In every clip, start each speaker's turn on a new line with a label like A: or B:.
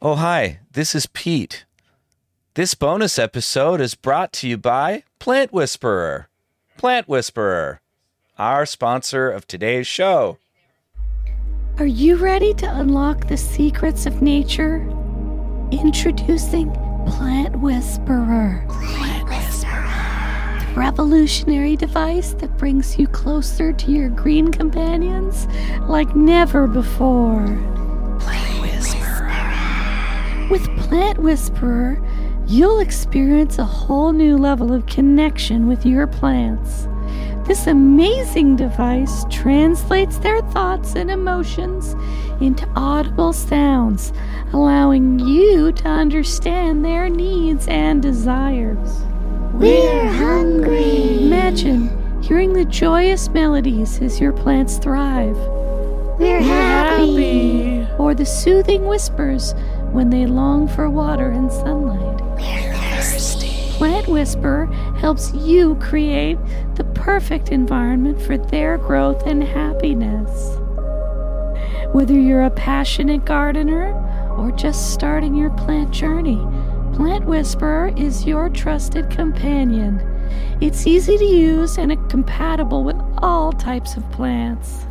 A: Oh, hi, this is Pete. This bonus episode is brought to you by Plant Whisperer. Plant Whisperer, our sponsor of today's show.
B: Are you ready to unlock the secrets of nature? Introducing Plant Whisperer. Plant Whisperer. The revolutionary device that brings you closer to your green companions like never before. Plant Whisperer. With Plant Whisperer, you'll experience a whole new level of connection with your plants. This amazing device translates their thoughts and emotions into audible sounds, allowing you to understand their needs and desires.
C: We're hungry.
B: Imagine hearing the joyous melodies as your plants thrive,
C: We're happy.
B: or the soothing whispers when they long for water and sunlight. Plant Whisperer helps you create the perfect environment for their growth and happiness. Whether you're a passionate gardener or just starting your plant journey, Plant Whisperer is your trusted companion. It's easy to use and compatible with all types of plants.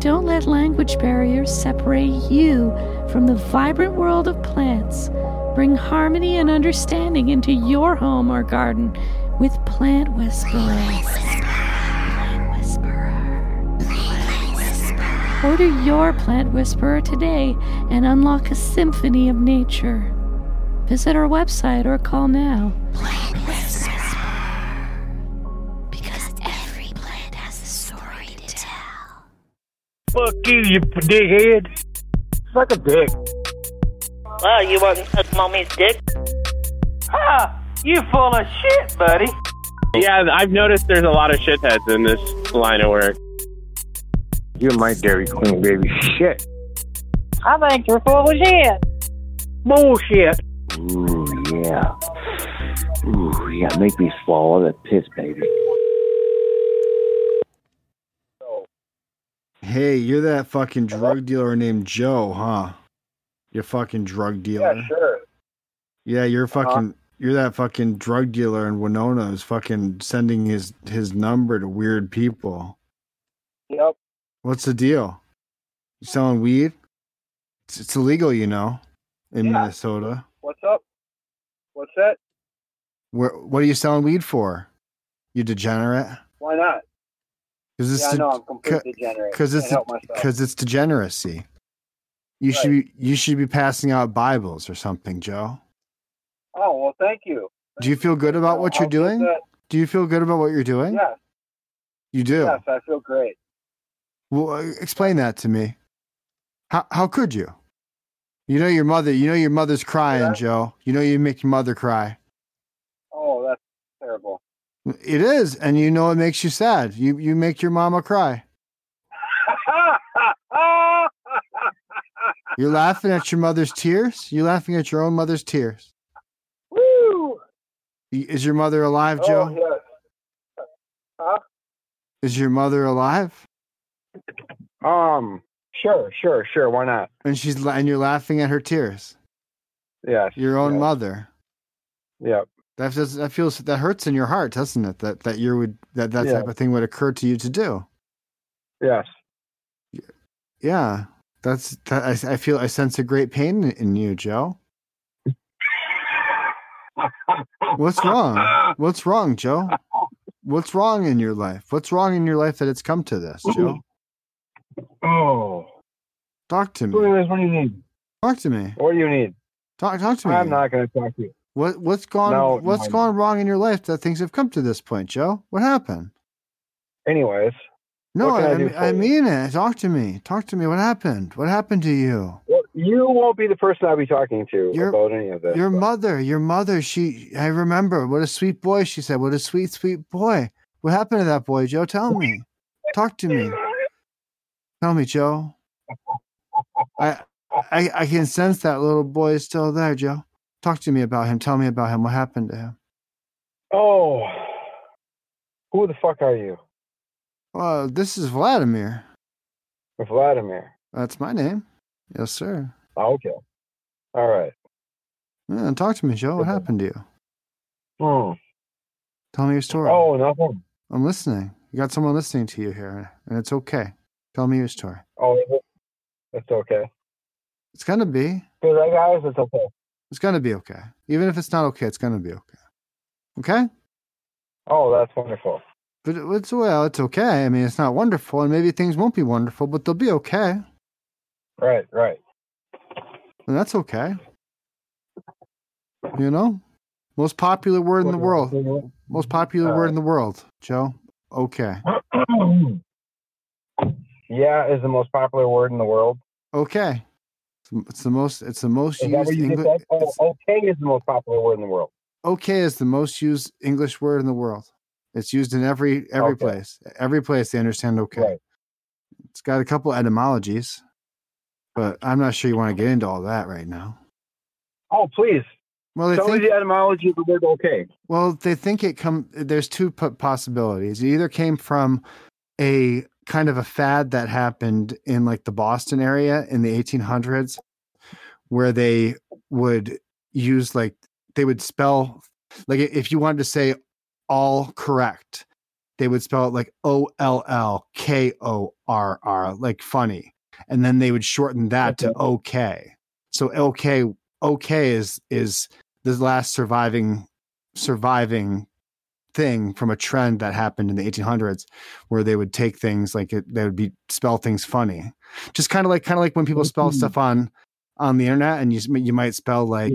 B: Don't let language barriers separate you from the vibrant world of plants. Bring harmony and understanding into your home or garden with Plant Whisperer. Plant Whisperer. Order your Plant Whisperer today and unlock a symphony of nature. Visit our website or call now. Because every plant has a story to tell.
D: Fuck you, you dickhead. Suck a dick.
E: Well, you want to suck mommy's dick?
F: Ah, you full of shit, buddy.
G: Yeah, I've noticed there's a lot of shitheads in this line of work.
D: You're my Dairy Queen, baby. Shit.
F: I think you're full of shit. Bullshit.
D: Ooh, yeah. Ooh, yeah. Make me swallow that piss, baby.
H: Hey, you're that fucking drug dealer named Joe, huh? You're fucking drug dealer. Yeah,
D: sure. Uh-huh.
H: you're fucking you're that fucking drug dealer in Winona who's fucking sending his his number to weird people.
D: Yep.
H: What's the deal? You selling weed? It's, it's illegal, you know, in
D: Yeah.
H: Minnesota.
D: What's up? What's that?
H: Where, what are you selling weed for? You degenerate?
D: Why not?
H: Because it's
D: yeah,
H: de-
D: no, I'm completely
H: c-
D: degenerate.
H: because it's
D: Can't help myself.
H: because it's degeneracy. You should be you should be passing out Bibles or something, Joe.
D: Oh well, thank you.
H: Do you feel good about what
D: I'll uh,
H: you're
D: get
H: doing?
D: that.
H: Do you feel good about what you're doing?
D: Yes,
H: You do.
D: yes, I feel great.
H: Well, uh, explain that to me. How how could you? You know your mother. You know your mother's crying,
D: Yeah.
H: Joe. You know you make your mother cry.
D: Oh, that's terrible.
H: It is, and you know it makes you sad. You you make your mama cry.
D: Oh,
H: You're laughing at your mother's tears. You're laughing at your own mother's tears.
D: Woo!
H: Y- Is your mother alive, Joe?
D: Oh yes.
H: Is your mother alive?
D: Um. Sure, sure, sure. Why not?
H: And she's la- and you're laughing at her tears.
D: Yes.
H: Your own
D: yes,
H: mother.
D: Yep.
H: That feels that feels that hurts in your heart, doesn't it? That that you would that that
D: Yeah.
H: type of thing would occur to you to do.
D: Yes.
H: Yeah, that's that. I, I feel I sense a great pain in you, Joe. What's wrong? What's wrong, Joe? What's wrong in your life? What's wrong in your life that it's come to this, Joe?
D: Oh.
H: Talk to me.
D: What do you need?
H: Talk to me.
D: What do you need?
H: Talk talk to me.
D: I'm not going to talk to you.
H: What what's gone
D: No,
H: what's
D: no.
H: gone wrong in your life that things have come to this point, Joe? What happened?
D: Anyways,
H: No,
D: What can
H: I,
D: I do
H: mean-
D: for
H: I
D: you?
H: mean it. Talk to me. Talk to me. What happened? What happened to you?
D: well, you won't be the person I'll be talking to
H: Your-
D: about any of this.
H: Your
D: but-
H: mother, your mother, she I remember. What a sweet boy, she said. What a sweet, sweet boy. What happened to that boy, Joe? Tell me. Talk to me. Tell me, Joe. I I I can sense that little boy is still there, Joe. Talk to me about him. Tell me about him. What happened to him?
D: Oh, who the fuck are you,
H: Well, this is Vladimir.
D: Vladimir?
H: That's my name. Yes, sir.
D: Oh, okay.
I: All right.
H: Yeah, talk to me, Joe. What happened to you?
I: Hmm.
H: Tell me your story.
I: Oh, nothing.
H: I'm listening. You got someone listening to you here, and it's okay. Tell me your story.
I: Oh, is it? it's okay.
H: It's gonna be.
I: Because I guys, it's okay.
H: It's gonna be okay. Even if it's not okay, it's gonna be okay. Okay.
I: Oh, that's wonderful.
H: But it's well, it's okay. I mean, it's not wonderful, and maybe things won't be wonderful, but they'll be okay.
I: Right, right.
H: And that's okay. You know, most popular word in the world. Most popular
I: Uh,
H: word in the world, Joe. Okay.
I: yeah is the most popular word in the world.
H: Okay. It's- It's the most. It's the most
I: Is that
H: used.
I: what you just
H: Engli-
I: said? Oh,
H: it's-
I: okay is the most popular word in the world.
H: okay is the most used English word in the world. It's used in every every
I: Okay.
H: place. Every place they understand okay.
I: Right.
H: It's got a couple etymologies, but I'm not sure you want to get into all that right now.
I: Oh, please.
H: Well, they
I: Tell
H: think
I: me the etymology of the word okay.
H: Well, they think it come. There's two po- possibilities. It either came from a kind of a fad that happened in like the Boston area in the 1800s, where they would use like they would spell like if you wanted to say all correct, they would spell it like O L L K O R R, like funny, and then they would shorten that to OK. So OK OK is is the last surviving surviving thing from a trend that happened in the 1800s where they would take things like it, they would be spell things funny just kind of like kind of like when people spell stuff on on the internet and you s- you might spell like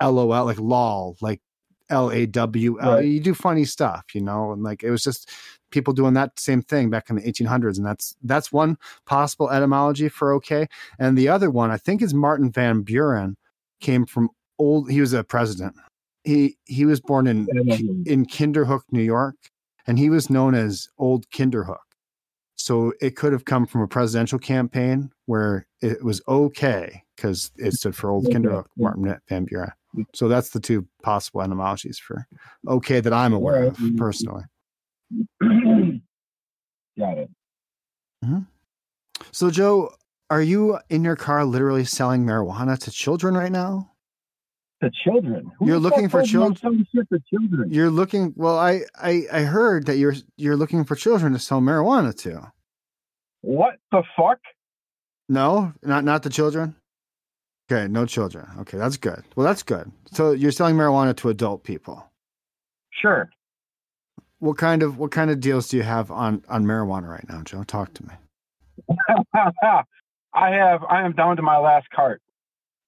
H: lol like lol like L A W L.
I: Right.
H: You do funny stuff, you know, and like it was just people doing that same thing back in the 1800s, and that's that's one possible etymology for okay. And the other one, I think, is Martin Van Buren came from old. He was a president. He he was born in in Kinderhook, New York, and he was known as Old Kinderhook. So it could have come from a presidential campaign where it was okay because it stood for Old Kinderhook, Martin Van Buren. So that's the two possible etymologies for okay that I'm aware of personally.
I: Got it.
H: So Joe, are you in your car literally selling marijuana to children right now?
I: The children.
H: You're
I: the
H: looking
I: fuck
H: for
I: told them I'm selling shit to children.
H: You're looking well, I, I I heard that you're you're looking for children to sell marijuana to.
I: What the fuck?
H: No, not not the children. Okay, no children. Okay, that's good. Well, that's good. So you're selling marijuana to adult people.
I: Sure.
H: What kind of what kind of deals do you have on on marijuana right now, Joe? Talk to me.
I: I have. I am down to my last cart.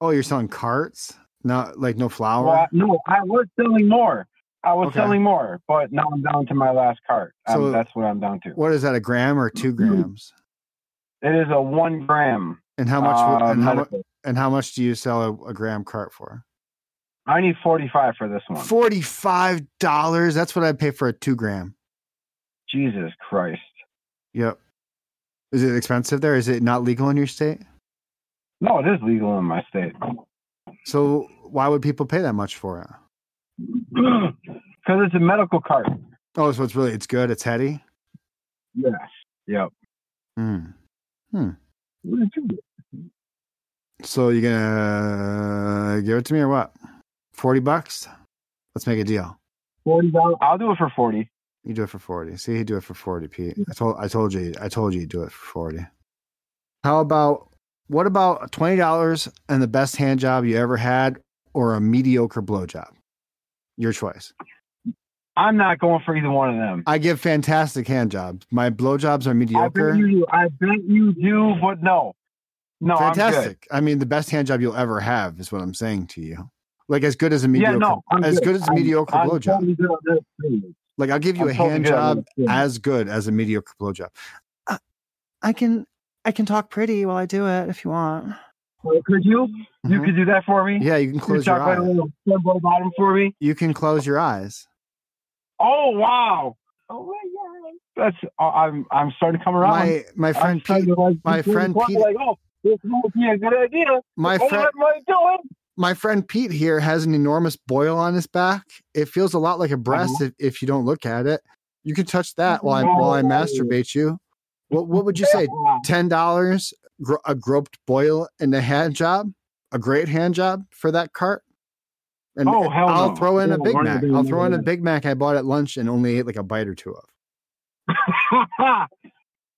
H: Oh, you're selling carts? Not like no flour?
I: Well, no, I was selling more. I was
H: Okay.
I: selling more, but now I'm down to my last cart. Um,
H: So-
I: that's what I'm down to.
H: What is that? A gram or two
I: Mm-hmm.
H: grams?
I: It is a one gram.
H: And how much?
I: uh,
H: and, how, mu-
I: medical.
H: and how much do you sell a, a gram cart for?
I: I need 45 for this one.
H: Forty five dollars. That's what I pay for a two gram.
I: Jesus Christ.
H: Yep. Is it expensive there? Is it not legal in your state?
I: No, it is legal in my state.
H: So why would people pay that much for it?
I: Because it's a medical cart.
H: Oh, so it's really it's good. It's heady.
I: Yes. Yep.
H: Hmm.
I: What did you do?
H: So you gonna give it to me or what? Forty bucks. Let's make a deal.
I: Forty dollars. I'll do it for forty.
H: You do it for forty. See, he do it for forty, Pete. I told, I told you, I told you, you do it for forty. How about what about twenty dollars and the best hand job you ever had, or a mediocre blowjob? Your choice.
I: I'm not going for either one of them.
H: I give fantastic hand jobs. My blowjobs are
I: I bet
H: mediocre.
I: you do. I bet you do, but no. No, I'm good.
H: fantastic. I mean, the best hand job you'll ever have is what I'm saying to you. Like as good as a mediocre,
I: yeah, no, I'm
H: as
I: good.
H: good, as a
I: I'm-
H: mediocre
I: I'm
H: blowjob.
I: totally good on this, please.
H: Like I'll give you
I: I'm
H: a
I: totally
H: hand
I: good on
H: job
I: this, please.
H: as good as a mediocre blowjob. I, I can I can talk pretty while I do it if you want.
I: Well, Oh, could you? You
H: Mhm.
I: could do that for me.
H: Yeah, you can
I: You
H: close your
I: talk about
H: eyes.
I: a little jumbo bottom for me.
H: You can close your eyes.
I: Oh wow. Oh my god. That's. uh, I'm. I'm starting to come around.
H: My my
I: I'm
H: friend
I: starting
H: Pete,
I: to, like,
H: my
I: be really
H: friend
I: quiet,
H: Pete-
I: Like, oh, this might be a good idea.
H: my
I: oh,
H: friend
I: what am I doing?
H: my friend Pete here has an enormous boil on his back. It feels a lot like a breast if, if you don't look at it. You can touch that while I while I
I: No.
H: masturbate you. What what would you say? Ten dollars, gro- a groped boil and a hand job. a great hand job for that cart. And
I: Oh, hell
H: I'll
I: no.
H: throw in
I: Yeah,
H: a Big
I: why
H: Mac.
I: did they
H: I'll throw in a
I: do that?
H: Big Mac I bought at lunch and only ate like a bite or two of.
I: wow,
H: It-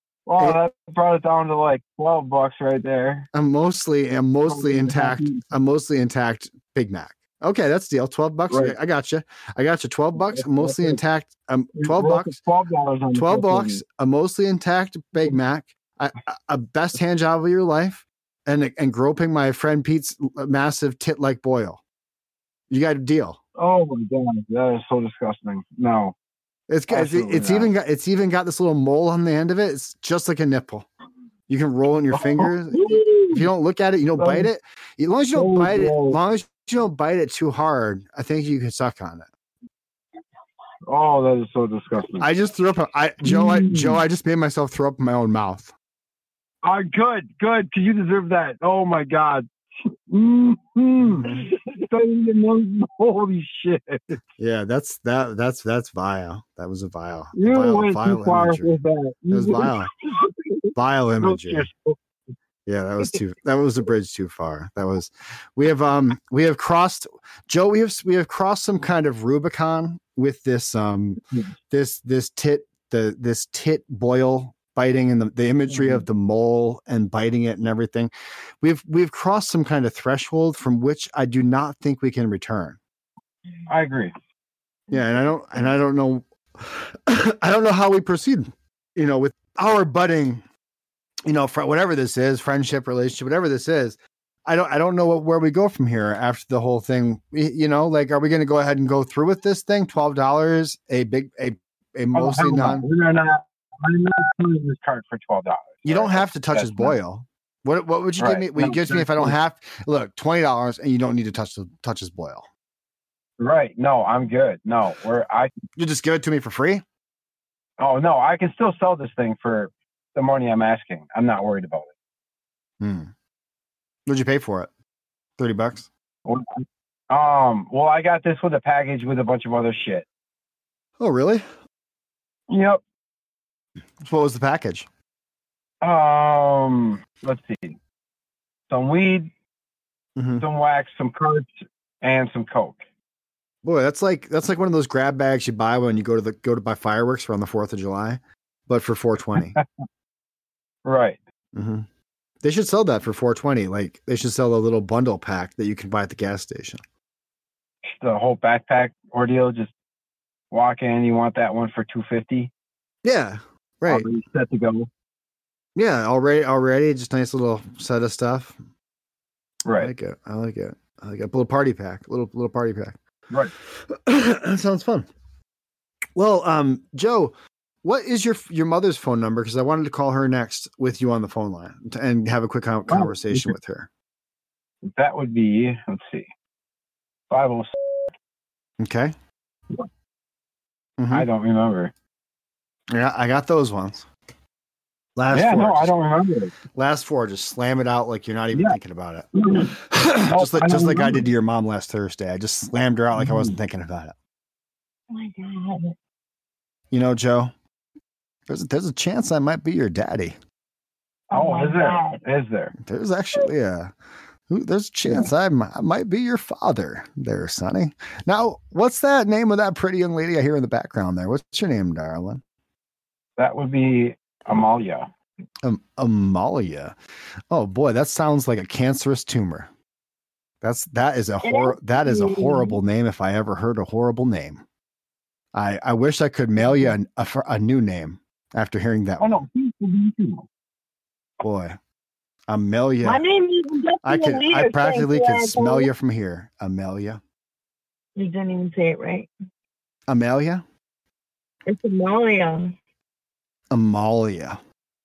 I: that brought it down to like twelve bucks right there.
H: I'm mostly a mostly
I: Oh, yeah.
H: intact. A mostly intact Big Mac. Okay, that's deal. Twelve bucks.
I: Right.
H: I got you. I got you. Twelve bucks. A mostly
I: That's it.
H: intact. Um, twelve
I: We're up
H: bucks.
I: to Twelve dollars on the
H: 12
I: fifteen.
H: bucks, a mostly intact Big Mac, a, a- a best hand job of your life, and and groping my friend Pete's uh, massive tit like boil. You got a deal.
I: Oh my god, that is so disgusting. No,
H: It's got- it's,
I: Absolutely
H: it's
I: not.
H: even got it's even got this little mole on the end of it. It's just like a nipple. You can roll
I: Oh.
H: in your fingers. If you don't look at it, you don't
I: Um,
H: bite it. As long as you don't
I: oh,
H: bite it, as
I: no.
H: long as you don't bite it too hard, I think you can suck on it.
I: oh, that is so disgusting.
H: I just threw up. a- I Joe, I,
I: Mm.
H: Joe, I just made myself throw up in my own mouth.
I: Ah, good, good, because you deserve that. Oh my god. hmm Holy shit!
H: Yeah, that's that. That's that's vile. That was a vile.
I: You
H: vile,
I: went too
H: vile
I: far
H: imagery.
I: with that.
H: That was vile. Vile imagery.
I: Yes.
H: Yeah, that was too. That was a bridge too far. That was. We have um. We have crossed. Joe, we have we have crossed some kind of Rubicon with this um.
I: Mm-hmm.
H: This this tit the this tit boil biting and the, the imagery
I: Mm-hmm.
H: of the mole and biting it and everything. We've we've crossed some kind of threshold from which I do not think we can return.
I: I agree.
H: Yeah, and I don't and I don't know I don't know how we proceed, you know, with our budding, you know, fr- whatever this is, friendship, relationship, whatever this is. I don't I don't know what, where we go from here after the whole thing. Y- You know, like are we going to go ahead and go through with this thing? $12 a big a a mostly
I: Oh, hell no.
H: non
I: We're not. I'm not selling this card for twelve dollars.
H: you don't have to touch
I: That's
H: his
I: not-
H: boil. What what would you give
I: Right.
H: me? Will you
I: No,
H: give to me if I don't have look, $20 and you don't need to touch the touch his boil.
I: Right? No, I'm good. No, we're. I
H: You just give it to me for free?
I: Oh no, I can still sell this thing for the money I'm asking. I'm not worried about it.
H: Hmm. What'd you pay for it? 30 bucks?
I: Um, well, I got this with a package with a bunch of other shit.
H: Oh, really?
I: Yep.
H: So what was the package?
I: Um, let's see, some weed,
H: Mm-hmm.
I: some wax, some carts, and some coke.
H: Boy, that's like that's like one of those grab bags you buy when you go to the go to buy fireworks around the Fourth of July, but for four
I: Right.
H: mm-hmm. They should sell that for four twenty. Like they should sell a little bundle pack that you can buy at the gas station.
I: The whole backpack ordeal. Just walk in. You want that one for two fifty?
H: Yeah, right.
I: Set to go.
H: Yeah, already already just nice little set of stuff. I
I: Right.
H: like it. I like it. I like it. A little party pack. Little little party pack.
I: Right.
H: that sounds fun. Well, um, Joe, what is your your mother's phone number? Because I wanted to call her next with you on the phone line t- and have a quick con- conversation with her.
I: That would be. Let's see. Five oh.
H: Okay.
I: I
H: Mhm.
I: don't remember.
H: Yeah, I got those ones. Last
I: yeah,
H: four.
I: no,
H: just,
I: I don't remember. it.
H: Last four. Just slam it out like you're not even
I: Yeah. Oh,
H: thinking about it. just like
I: I
H: just
I: don't
H: like I did
I: remember. Mm.
H: to your mom last Thursday. I just slammed her out like I wasn't thinking about it.
C: Oh my god.
H: You know, Joe, there's there's a chance I might be your daddy.
I: Oh,
C: my
I: is
C: God.
I: there? Is there?
H: There's actually a who- there's a chance I mi- I might be your father there, Sonny. Now, what's that name of that pretty young lady I hear in the background there? What's your name, darling?
I: That would be Amalia.
H: Um, Amalia. Oh boy, that sounds like a cancerous tumor. That's that is a hor- that is a horrible name if I ever heard a horrible name. I I wish I could mail you an, a, fr- a new name after hearing that
I: Oh
H: one.
I: no, Pete would be too.
H: Boy, Amelia.
C: My name even gets
H: I
C: to the
H: can
C: leader,
H: I practically
C: thank
H: can
C: God.
H: smell you from here, Amelia.
C: You didn't even say it right.
H: Amelia?
C: It's Amalia.
H: Amalia.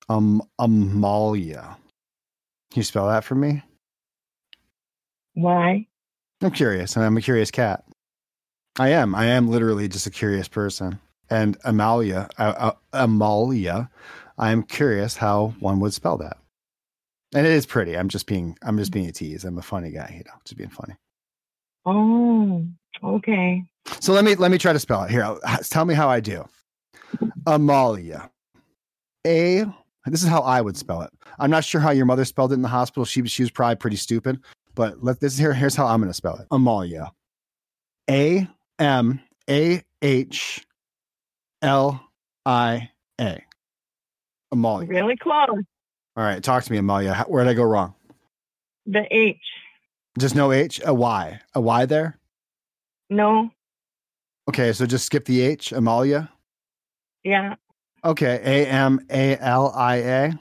H: Um Amalia. Can you spell that for me?
C: Why?
H: I'm curious, and I'm a curious cat. I am. I am literally just a curious person. And Amalia, uh, uh, Amalia, I am curious how one would spell that. And it is pretty. I'm just being. I'm just being a tease. I'm a funny guy, you know, just being funny.
C: Oh, okay.
H: So let me let me try to spell it here. I'll- h- Tell me how I do. Amalia. A. This is how I would spell it. I'm not sure how your mother spelled it in the hospital. She was- she was probably pretty stupid. But let this here. Here's how I'm going to spell it. Amalia. A M A H L I A. Amalia.
C: Really close.
H: All right, talk to me, Amalia. How, where did I go wrong?
C: The H.
H: Just no H, a Y, a Y there.
C: No.
H: Okay, so just skip the H, Amalia.
C: Yeah.
H: Okay, A M A L I A.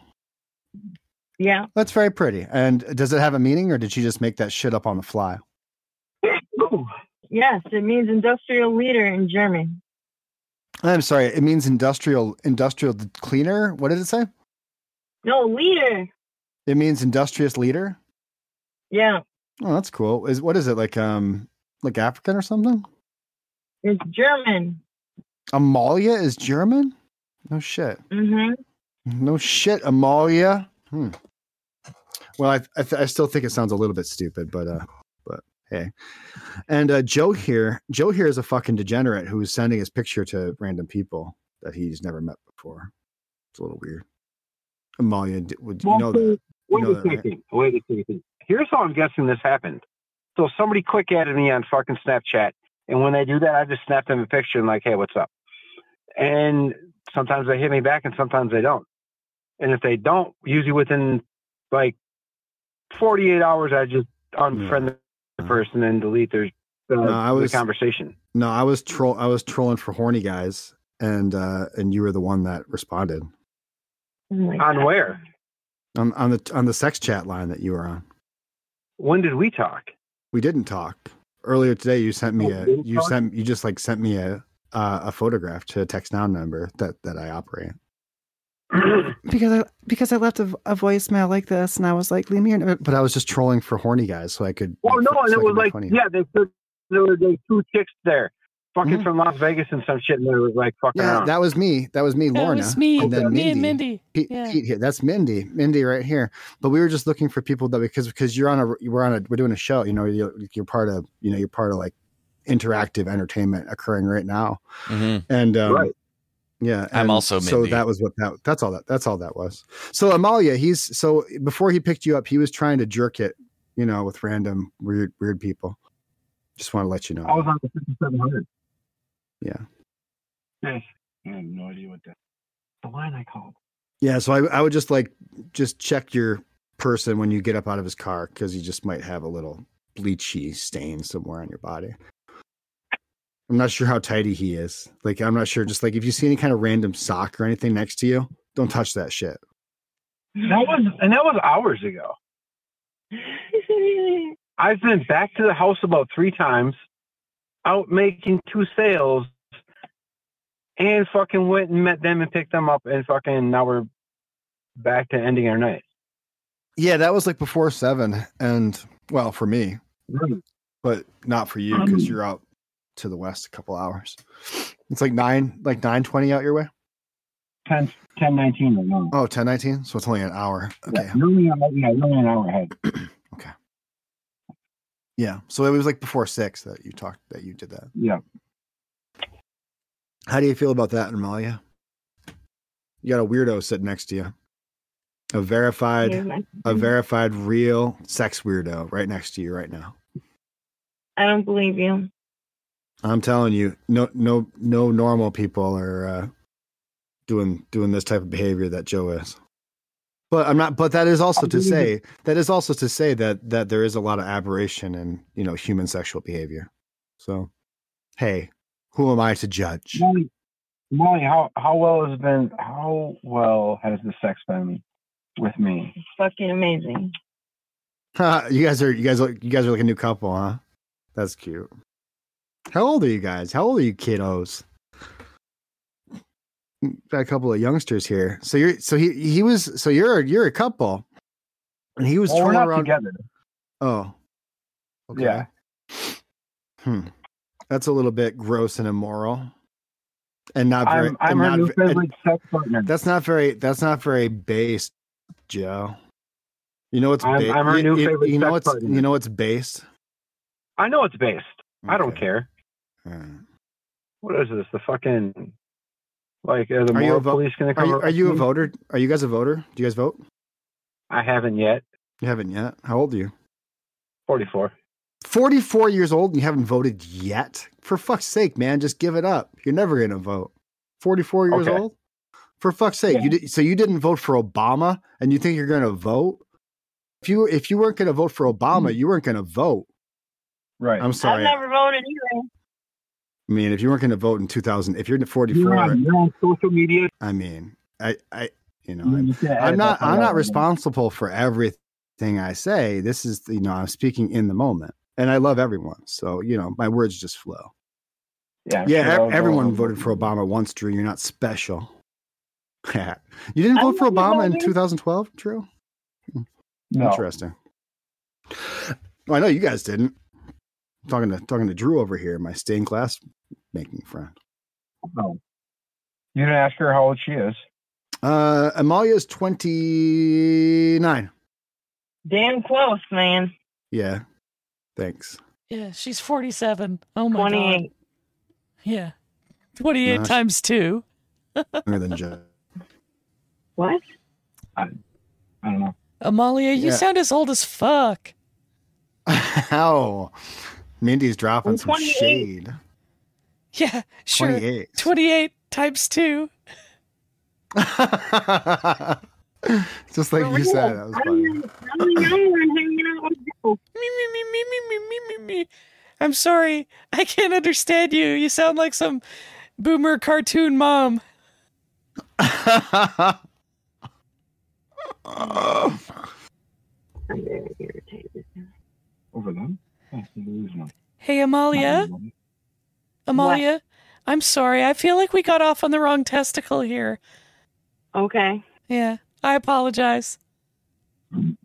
C: Yeah.
H: That's very pretty. And does it have a meaning, or did she just make that shit up on the fly?
C: Yes, it means industrial leader in German.
H: I'm sorry. It means industrial industrial cleaner. What did it say?
C: No, leader.
H: It means industrious leader.
C: Yeah.
H: Oh, that's cool. Is what is it like? Um, like African or something?
C: It's German.
H: Amalia is German. No shit.
C: Mm-hmm.
H: No shit, Amalia. Hmm. Well, I I, th- I still think it sounds a little bit stupid, but uh, but hey. And uh, Joe here, Joe here is a fucking degenerate who is sending his picture to random people that he's never met before. It's a little weird. Amalia, d- would you
I: Well,
H: know that? You
I: Wait
H: know
I: a
H: that, right?
I: second. Wait a second. Here's how I'm guessing this happened. So somebody quick added me on fucking Snapchat, and when they do that, I just snap them a picture and like, hey, what's up? And sometimes they hit me back, and sometimes they don't. And if they don't, usually within like 48 hours, I just unfriend the person and delete their uh,
H: No, I was-
I: the conversation.
H: No, I was troll. I was trolling for horny guys, and uh, and you were the one that responded
C: Oh
I: on where?
H: on on the on the sex chat line that you were on.
I: When did we talk?
H: We didn't talk earlier today. You sent me
I: Oh,
H: a
I: we didn't
H: you
I: talk?
H: sent you just like sent me a uh, a photograph to a text now number that that I operate.
J: because I because I left a, a voicemail like this, and I was like, "Leave me your." number."
H: But I was just trolling for horny guys, so I could.
I: Well, Oh, no, and
H: so I
I: it
H: could
I: was
H: be
I: like,
H: funny.
I: yeah, they took, there were like two chicks there, fucking from Las Vegas and some shit, and they were like fucking
H: Mm-hmm. Yeah,
I: around.
H: that was me. That was me,
I: That
H: Lorna.
I: was me.
H: And then
I: Me
H: Mindy.
I: and
K: Mindy.
H: Pete,
K: Yeah.
H: Pete here. That's Mindy. Mindy right here. But we were just looking for people that because because you're on a you we're on a we're doing a show. You know, you're, you're part of you know you're part of like interactive entertainment occurring right now.
A: Mhm.
H: And um,
A: Right.
H: Yeah,
A: I'm
H: and
A: also
H: so
A: Mindy.
H: that was what that that's all that that's all that was. So Amalia, he's so before he picked you up, he was trying to jerk it, you know, with random weird weird people. Just want to let you know.
I: I was on the 5700.
H: Yeah.
I: Yes. I have no idea what that. The line I called.
H: Yeah, so I, I would just like just check your person when you get up out of his car because you just might have a little bleachy stain somewhere on your body. I'm not sure how tidy he is. Like I'm not sure. Just like if you see any kind of random sock or anything next to you, don't touch that shit.
I: That was and that was hours ago. I've been back to the house about three times, out making two sales, and fucking went and met them and picked them up and fucking now we're back to ending our night.
H: Yeah, that was like before seven, and well, for me, but not for you because you're out to the west a couple hours. It's like nine, like nine twenty out your way.
I: 10, 10 19 right now.
H: Oh, 10, 19? So it's only an hour. Okay.
I: Yeah, really, uh, yeah, really an hour ahead.
H: Yeah. So it was like before six that you talked that you did that.
I: Yeah.
H: How do you feel about that, Amalia? You got a weirdo sitting next to you. A verified
C: Yeah.
H: a verified real sex weirdo right next to you right now.
C: I don't believe you.
H: I'm telling you, no no no normal people are uh doing doing this type of behavior that Joe is. But I'm not but that is also
I: I
H: to
I: believe
H: say that is also to say that that there is a lot of aberration in, you know, human sexual behavior. So hey, who am I to judge?
I: Molly, Molly, how how well has it been? How well has the sex been with me?
C: Fucking amazing.
H: you guys are you guys are you guys are like a new couple, huh? That's cute. How old are you guys? How old are you kiddos? Got a couple of youngsters here. So you're so he he was so you're you're a couple, and he was
I: Well, we're
H: trolling
I: not
H: around.
I: together.
H: Oh, okay.
I: Yeah.
H: Hmm. That's a little bit gross and immoral, and not very.
I: I'm, I'm
H: and
I: her
H: not
I: new
H: ve- and-
I: favorite sex partner.
H: that's not very. That's not very based, Joe. You know what's
I: I'm-
H: ba-
I: I'm her
H: you,
I: new
H: you-
I: favorite
H: you know
I: sex
H: what's
I: partner.
H: you know what's based.
I: I know it's based. I don't care. What is this? The fucking like are the
H: Are you
I: moral
H: a vo-
I: police going to
H: Are
I: come?
H: you,
I: arrest
H: are you a
I: me?
H: voter? Are you guys a voter? Do you guys vote?
I: I haven't yet.
H: You haven't yet. How old are you?
I: 44.
H: 44 years old and you haven't voted yet? For fuck's sake, man, just give it up. You're never going to vote. 44 years
I: Okay.
H: old? For fuck's sake, you did, so you didn't vote for Obama and you think you're going to vote? If you if you weren't going to vote for Obama, you weren't going to vote.
I: Mm. Right.
H: I'm
C: I've
H: sorry.
C: never voted either.
H: I mean, if you weren't going to vote in 2000, if you're 44,
I: You're on, you're on social media.
H: I mean, I, I, you know,
I: You
H: I'm,
I: just gotta add
H: I'm not,
I: that part
H: I'm
I: up,
H: not
I: man.
H: responsible for everything I say. This is, you know, I'm speaking in the moment, and I love everyone, so you know, my words just flow.
I: Yeah. I'm sure
H: yeah,
I: I'll
H: ev-
I: go
H: everyone
I: on.
H: voted for Obama once, Drew. You're not special. you didn't
C: I
H: vote for
C: don't think
H: Obama
C: I
H: in
C: did.
H: 2012, Drew.
I: No.
H: Interesting. Well, I know you guys didn't. I'm talking to talking to Drew over here, my stained glass making friend.
I: No. You didn't ask her how old she is.
H: Uh, Amalia is 29.
C: Damn close, man.
H: Yeah. Thanks.
J: Yeah, she's 47. Oh my god.
C: 28.
J: Yeah. 28
H: Nice.
J: times 2.
H: Younger than Joe.
C: What?
I: I don't know.
J: Amalia, you
H: Yeah.
J: sound as old as fuck.
H: Ow. Mindy's dropping
C: I'm
H: some
C: 28.
H: shade.
J: Yeah, sure.
H: 28.
J: 28 times 2.
H: Just like you said. That was funny.
C: I'm the young one hanging out with you.
J: Me, me, me, me, me, me, me, me, me. I'm sorry. I can't understand you. You sound like some boomer cartoon mom.
C: I'm very irritated.
I: Over them? Oh, lose one.
J: Hey, Amalia. Amalia, I'm sorry. I feel like we got off on the wrong testicle here.
C: Okay.
J: Yeah, I apologize.
C: I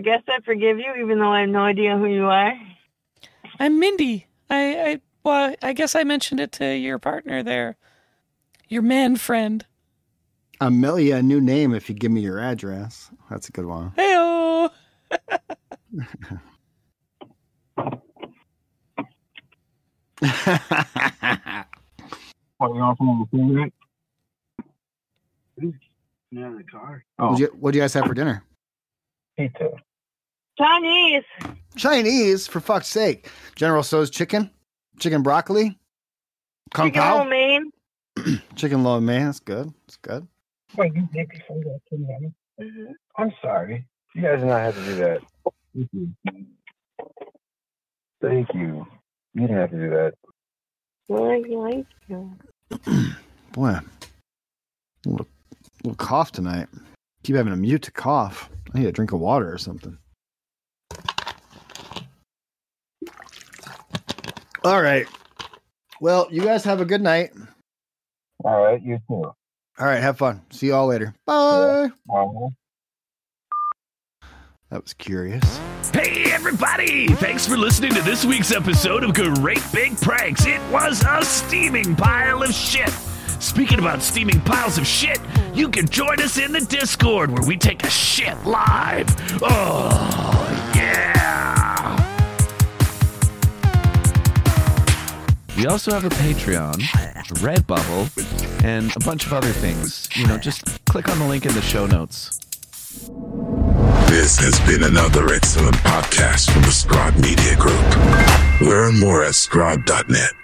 C: guess I forgive you, even though I have no idea who you are.
J: I'm Mindy. I, I, well, I guess I mentioned it to your partner there, your man friend.
H: Amelia, new name if you give me your address. That's a good one.
J: Heyo.
I: What, you off on the phone yet? Not in the car. Oh,
H: What'd you, what'd you guys have for dinner?
I: pizza.
C: Chinese.
H: Chinese, for fuck's sake. General So's chicken, chicken broccoli, kung
C: Chicken
H: pao,
C: lo mein.
H: chicken lo mein. That's good. That's good.
I: Wait, you did before that, didn't you? I'm sorry. You guys did not have to do that. Thank you. You didn't have to do that.
C: Well, I like you.
H: Boy, a little, little cough tonight. Keep having a mute to cough. I need a drink of water or something. All right. Well, you guys have a good night.
I: All right, you too.
H: All right. Have fun. See you all later. Bye.
I: Well,
H: That was curious.
A: Hey, everybody! Thanks for listening to this week's episode of Great Big Pranks. It was a steaming pile of shit. Speaking about steaming piles of shit, you can join us in the Discord where we take a shit live. Oh, yeah!
L: We also have a Patreon, Redbubble, and a bunch of other things. You know, just click on the link in the show notes.
D: This has been another excellent podcast from the Scribe Media Group. Learn more at scribe.net.